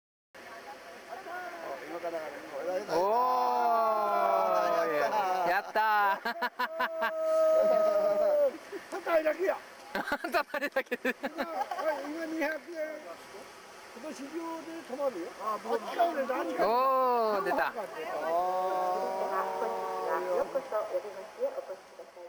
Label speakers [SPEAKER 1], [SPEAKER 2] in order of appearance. [SPEAKER 1] 예.高いだけや。
[SPEAKER 2] 叩いだけで
[SPEAKER 1] 今今200円。今年中で止まるよ。あっちか俺何か。
[SPEAKER 2] おお出た
[SPEAKER 1] ああ。
[SPEAKER 3] ようこそお出ましへお越しください。